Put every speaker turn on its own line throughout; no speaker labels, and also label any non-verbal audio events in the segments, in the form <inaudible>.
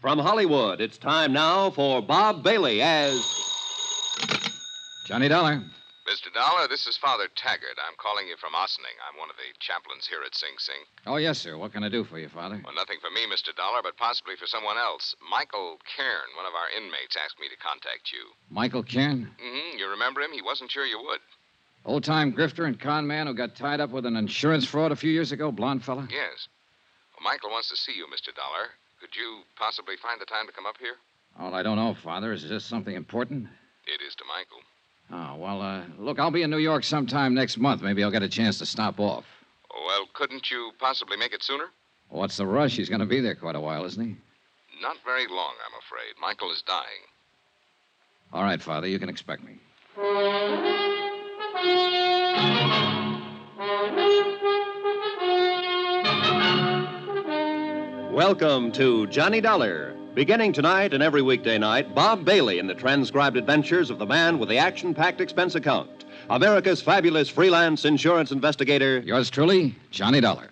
From Hollywood, it's time now for Bob Bailey as.
Johnny Dollar.
Mr. Dollar, this is Father Taggart. I'm calling you from Ossining. I'm one of the chaplains here at Sing Sing.
Oh, yes, sir. What can I do for you, Father?
Well, nothing for me, Mr. Dollar, but possibly for someone else. Michael Cairn, one of our inmates, asked me to contact you.
Michael Cairn?
hmm You remember him? He wasn't sure you would.
Old time grifter and con man who got tied up with an insurance fraud a few years ago, blonde fella?
Yes. Well, Michael wants to see you, Mr. Dollar. Could you possibly find the time to come up here?
All I don't know, Father, is this something important?
It is to Michael.
Oh, well, uh, look, I'll be in New York sometime next month. Maybe I'll get a chance to stop off.
Well, couldn't you possibly make it sooner?
What's the rush? He's going to be there quite a while, isn't he?
Not very long, I'm afraid. Michael is dying.
All right, Father, you can expect me.
Welcome to Johnny Dollar. Beginning tonight and every weekday night, Bob Bailey in the transcribed adventures of the man with the action packed expense account. America's fabulous freelance insurance investigator.
Yours truly, Johnny Dollar.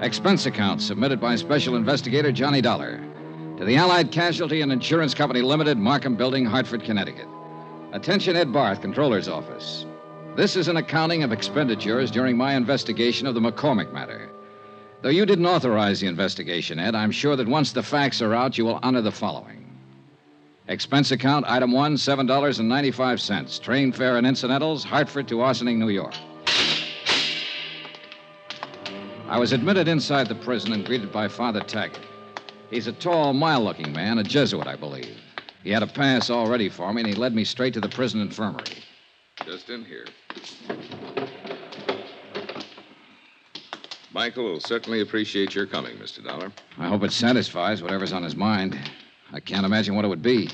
Expense account submitted by Special Investigator Johnny Dollar to the Allied Casualty and Insurance Company Limited, Markham Building, Hartford, Connecticut. Attention, Ed Barth, Controller's Office. This is an accounting of expenditures during my investigation of the McCormick matter. Though you didn't authorize the investigation, Ed, I'm sure that once the facts are out, you will honor the following Expense account, item one, $7.95. Train fare and incidentals, Hartford to Ossining, New York. I was admitted inside the prison and greeted by Father Taggart. He's a tall, mild looking man, a Jesuit, I believe. He had a pass all ready for me, and he led me straight to the prison infirmary.
Just in here. Michael will certainly appreciate your coming, Mr. Dollar.
I hope it satisfies whatever's on his mind. I can't imagine what it would be.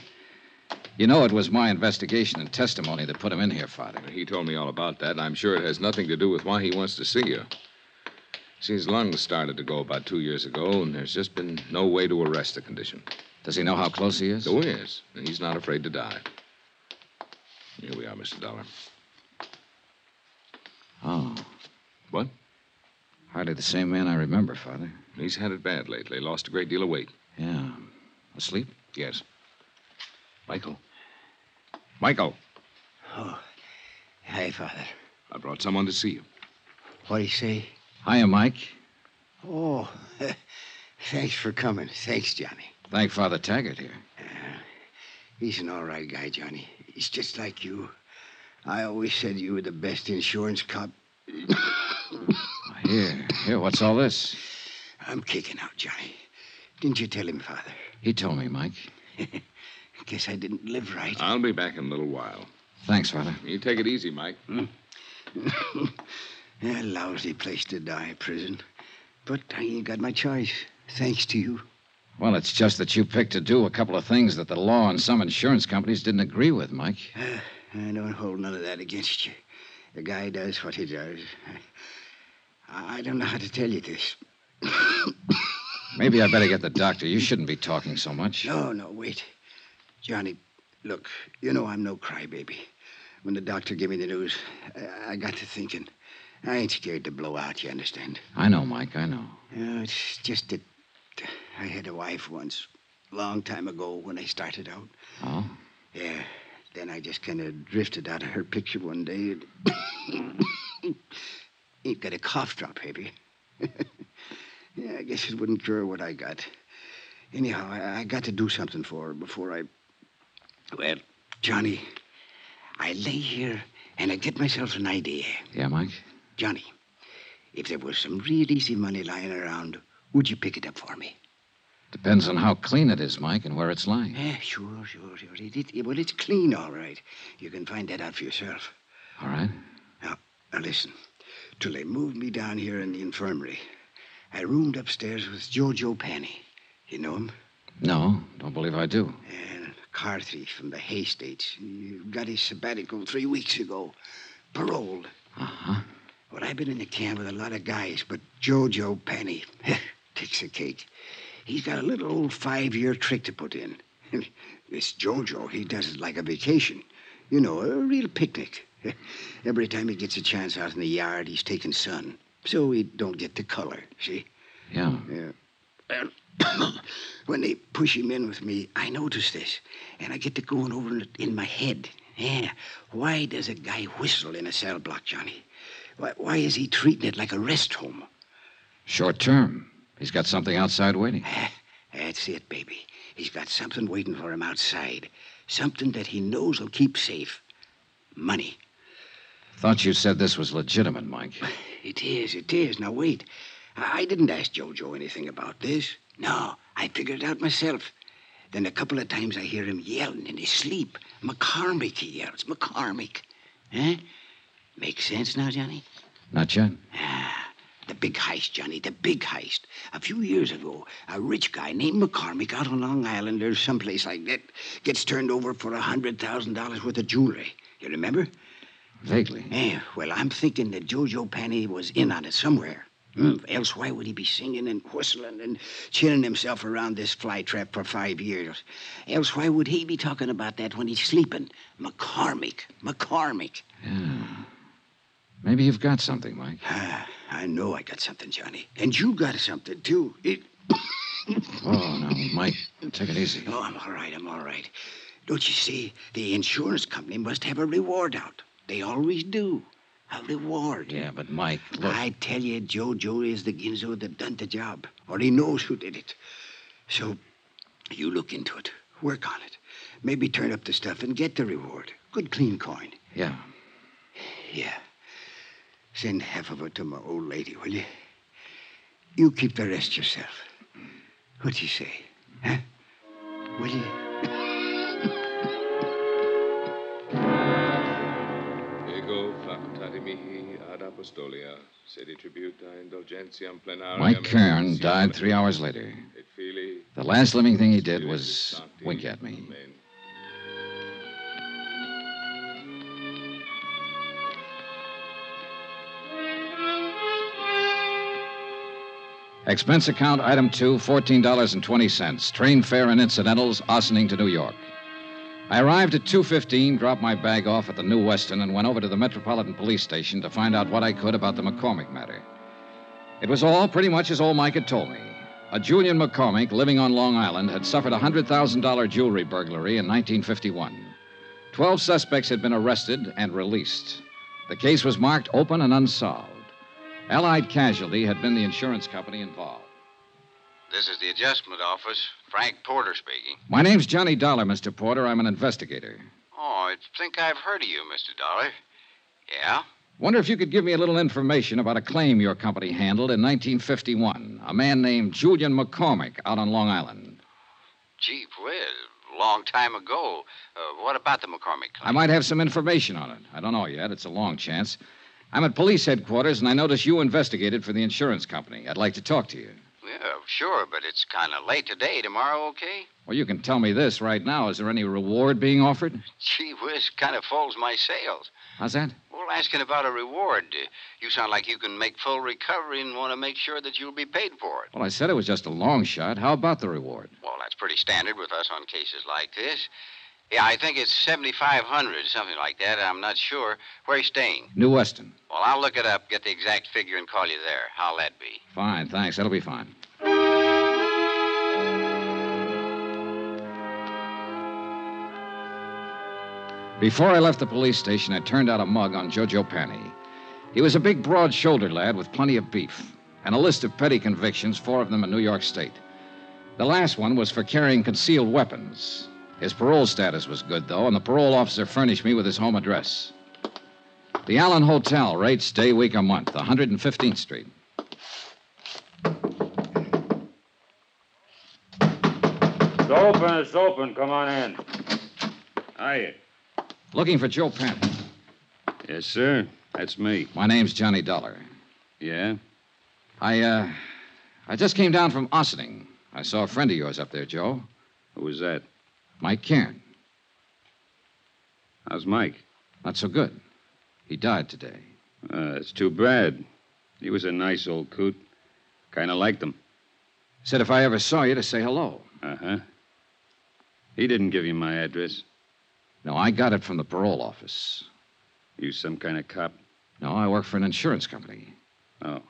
You know, it was my investigation and testimony that put him in here, Father.
He told me all about that, and I'm sure it has nothing to do with why he wants to see you. See, his lungs started to go about two years ago, and there's just been no way to arrest the condition.
Does he know how close he is?
So he is, and he's not afraid to die. Here we are, Mr. Dollar.
Oh.
What?
Hardly the same man I remember, Father.
He's had it bad lately, lost a great deal of weight.
Yeah. Asleep?
Yes. Michael. Michael,
Hey, Father.
I brought someone to see you.
What'd he say?
Hiya, Mike.
Oh, <laughs> thanks for coming. Thanks, Johnny.
Thank Father Taggart here.
He's an all right guy, Johnny. He's just like you. I always said you were the best insurance cop.
Here, here, what's all this?
I'm kicking out, Johnny. Didn't you tell him, Father?
He told me, Mike.
Guess I didn't live right.
I'll be back in a little while.
Thanks, Father.
You take it easy, Mike.
Uh. <laughs> A lousy place to die, prison. But I ain't got my choice. Thanks to you.
Well, it's just that you picked to do a couple of things that the law and some insurance companies didn't agree with, Mike.
I don't hold none of that against you. The guy does what he does. <laughs> I I don't know how to tell you this.
Maybe I better get the doctor. You shouldn't be talking so much.
No, no, wait. Johnny, look, you know I'm no crybaby. When the doctor gave me the news, I, I got to thinking. I ain't scared to blow out, you understand?
I know, Mike, I know.
You know, it's just that I had a wife once, long time ago when I started out.
Oh?
Yeah, then I just kind of drifted out of her picture one day. <coughs> And ain't got a cough drop, baby. <laughs> yeah, I guess it wouldn't cure what I got. Anyhow, I, I got to do something for her before I. Well, Johnny, I lay here and I get myself an idea.
Yeah, Mike?
Johnny, if there was some real easy money lying around, would you pick it up for me?
Depends on how clean it is, Mike, and where it's lying.
Yeah, sure, sure, sure. It, it, it- well, it's clean, all right. You can find that out for yourself.
All right?
Now, listen. Till they moved me down here in the infirmary, I roomed upstairs with Jojo Penny. You know him?
No, don't believe I do.
And a car thief from the Hay States. He got his sabbatical three weeks ago. Paroled.
Uh huh.
Well, I've been in the camp with a lot of guys, but Jojo Penny <laughs> takes the cake. He's got a little old five year trick to put in. <laughs> this Jojo, he does it like a vacation. You know, a real picnic. <laughs> Every time he gets a chance out in the yard, he's taking sun. So he don't get the color, see? <coughs>
Yeah.
Yeah. And when they push him in with me, I notice this, and I get to going over it in my head. Yeah. Why does a guy whistle in a cell block, Johnny? Why, why is he treating it like a rest home?
Short term. He's got something outside waiting.
That's it, baby. He's got something waiting for him outside. Something that he knows will keep safe. Money.
Thought you said this was legitimate, Mike.
It is, it is. Now, wait. I I didn't ask Jojo anything about this. No, I figured it out myself. Then a couple of times I hear him yelling in his sleep. McCormick, he yells. McCormick. Huh? Makes sense now, Johnny?
Not yet.
The big heist, Johnny, the big heist. A few years ago, a rich guy named McCormick out on Long Island or someplace like that gets turned over for a $100,000 worth of jewelry. You remember?
Vaguely.
Eh, well, I'm thinking that Jojo Penny was in on it somewhere. Hmm, Else, why would he be singing and whistling and chilling himself around this fly trap for five years? Else, why would he be talking about that when he's sleeping? McCormick, McCormick.
Maybe you've got something, Mike.
Ah, I know I got something, Johnny. And you got something, too. It...
Oh, no, Mike. Take it easy.
Oh, I'm all right, I'm all right. Don't you see? The insurance company must have a reward out. They always do. A reward.
Yeah, but Mike, look.
I tell you, Jojo is the Ginzo that done the job, or he knows who did it. So, you look into it, work on it, maybe turn up the stuff and get the reward. Good clean coin.
Yeah.
Yeah. Send half of it to my old lady, will you? You keep the rest yourself. What you say, huh? Will you?
Ego flaccutati mihi ad apostolia, sedi tributa indulgentiam plenaria...
Mike Kern died three hours later.
Et fili
The last living thing he did was wink at me.
Amen.
Expense account item two, $14.20. Train fare and incidentals, Ossining to New York. I arrived at 2.15, dropped my bag off at the New Weston, and went over to the Metropolitan Police Station to find out what I could about the McCormick matter. It was all pretty much as old Mike had told me. A Julian McCormick living on Long Island had suffered a $100,000 jewelry burglary in 1951. Twelve suspects had been arrested and released. The case was marked open and unsolved. Allied Casualty had been the insurance company involved.
This is the adjustment office. Frank Porter speaking.
My name's Johnny Dollar, Mr. Porter. I'm an investigator.
Oh, I think I've heard of you, Mr. Dollar. Yeah?
Wonder if you could give me a little information about a claim your company handled in 1951. A man named Julian McCormick out on Long Island.
Gee whiz, long time ago. Uh, what about the McCormick
I
claim?
might have some information on it. I don't know yet. It's a long chance. I'm at police headquarters, and I notice you investigated for the insurance company. I'd like to talk to you.
Yeah, sure, but it's kind of late today. Tomorrow, okay?
Well, you can tell me this right now. Is there any reward being offered?
Gee whiz, kind of folds my sails.
How's that?
Well, asking about a reward. uh, You sound like you can make full recovery and want to make sure that you'll be paid for it.
Well, I said it was just a long shot. How about the reward?
Well, that's pretty standard with us on cases like this. Yeah, I think it's 7,500, something like that. I'm not sure. Where you staying?
New Weston.
Well, I'll look it up, get the exact figure, and call you there. How'll that be?
Fine, thanks. That'll be fine. Before I left the police station, I turned out a mug on Jojo Penny. He was a big, broad shouldered lad with plenty of beef and a list of petty convictions, four of them in New York State. The last one was for carrying concealed weapons. His parole status was good, though, and the parole officer furnished me with his home address. The Allen Hotel, rate stay week a month, 115th Street.
It's open. It's open. Come on in. Hiya.
Looking for Joe Penny.
Yes, sir. That's me.
My name's Johnny Dollar.
Yeah?
I, uh, I just came down from Ossining. I saw a friend of yours up there, Joe.
Who was that?
Mike Cairn.
How's Mike?
Not so good. He died today.
Uh, it's too bad. He was a nice old coot. Kind of liked him.
Said if I ever saw you to say hello.
Uh huh. He didn't give you my address.
No, I got it from the parole office.
You some kind of cop?
No, I work for an insurance company.
Oh.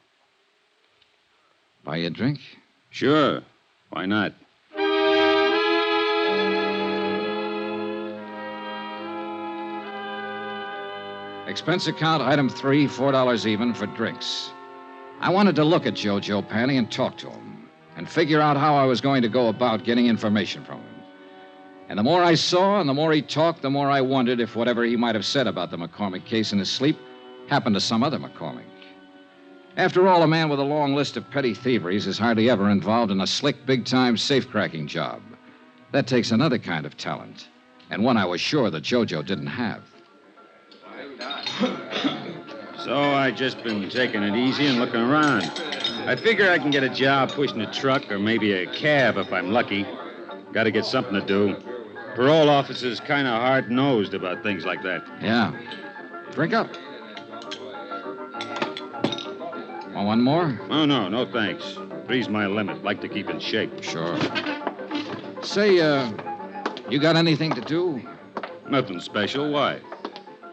Buy you a drink?
Sure. Why not?
Expense account item three, four dollars even for drinks. I wanted to look at Jojo Panny and talk to him, and figure out how I was going to go about getting information from him. And the more I saw and the more he talked, the more I wondered if whatever he might have said about the McCormick case in his sleep happened to some other McCormick. After all, a man with a long list of petty thieveries is hardly ever involved in a slick, big time safecracking job. That takes another kind of talent, and one I was sure that Jojo didn't have.
So I just been taking it easy and looking around. I figure I can get a job pushing a truck or maybe a cab if I'm lucky. Got to get something to do. Parole officers kind of hard nosed about things like that.
Yeah. Drink up. Want one more?
Oh no, no thanks. Three's my limit. Like to keep in shape.
Sure. Say, uh, you got anything to do?
Nothing special. Why?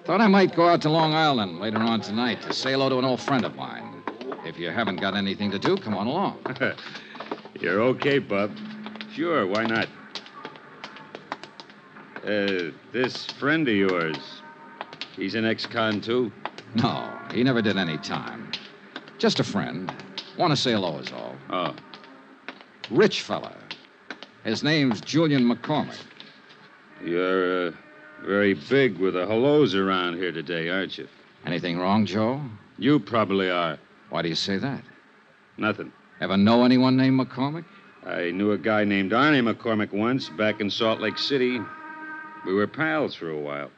Thought I might go out to Long Island later on tonight to say hello to an old friend of mine. If you haven't got anything to do, come on <laughs> along.
You're okay, Bub. Sure, why not? Uh, this friend of yours, he's an ex-con too.
No, he never did any time. Just a friend. Want to say hello is all.
Oh,
Rich fella. His name's Julian McCormick.
you're uh, very big with the hellos around here today, aren't you?
Anything wrong, Joe?
You probably are.
Why do you say that?
Nothing.
Ever know anyone named McCormick?
I knew a guy named Arnie McCormick once back in Salt Lake City. We were pals for a while.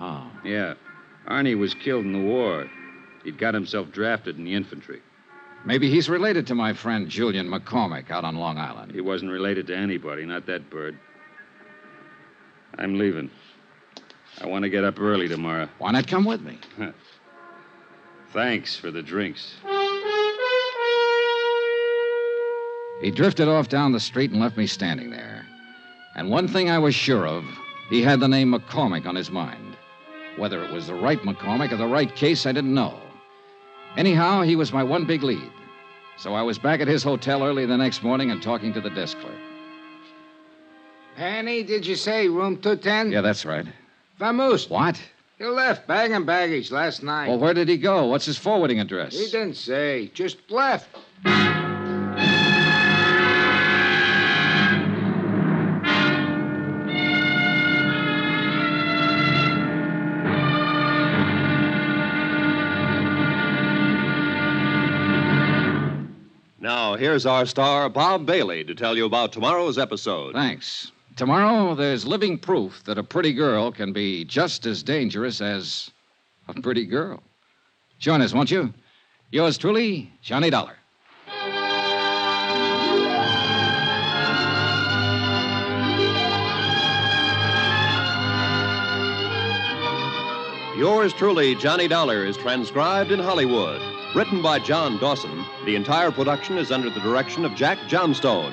Oh.
Yeah. Arnie was killed in the war. He'd got himself drafted in the infantry.
Maybe he's related to my friend Julian McCormick out on Long Island.
He wasn't related to anybody, not that bird. I'm leaving. I want to get up early tomorrow.
Why not come with me?
Thanks for the drinks.
He drifted off down the street and left me standing there. And one thing I was sure of he had the name McCormick on his mind. Whether it was the right McCormick or the right case, I didn't know. Anyhow, he was my one big lead. So I was back at his hotel early the next morning and talking to the desk clerk.
Penny, did you say room 210?
Yeah, that's right.
Vamoose,
What?
he left bag and baggage last night.
Well, where did he go? What's his forwarding address?
He didn't say. Just left.
Now, here's our star, Bob Bailey, to tell you about tomorrow's episode.
Thanks. Tomorrow, there's living proof that a pretty girl can be just as dangerous as a pretty girl. Join us, won't you? Yours truly, Johnny Dollar.
Yours truly, Johnny Dollar, is transcribed in Hollywood. Written by John Dawson, the entire production is under the direction of Jack Johnstone.